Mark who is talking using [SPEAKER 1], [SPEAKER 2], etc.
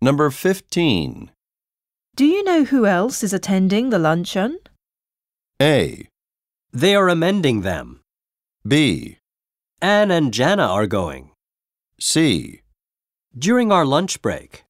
[SPEAKER 1] Number 15.
[SPEAKER 2] Do you know who else is attending the luncheon?
[SPEAKER 1] A.
[SPEAKER 3] They are amending them.
[SPEAKER 1] B.
[SPEAKER 3] Anne and Jana are going
[SPEAKER 1] C.
[SPEAKER 3] during our lunch break.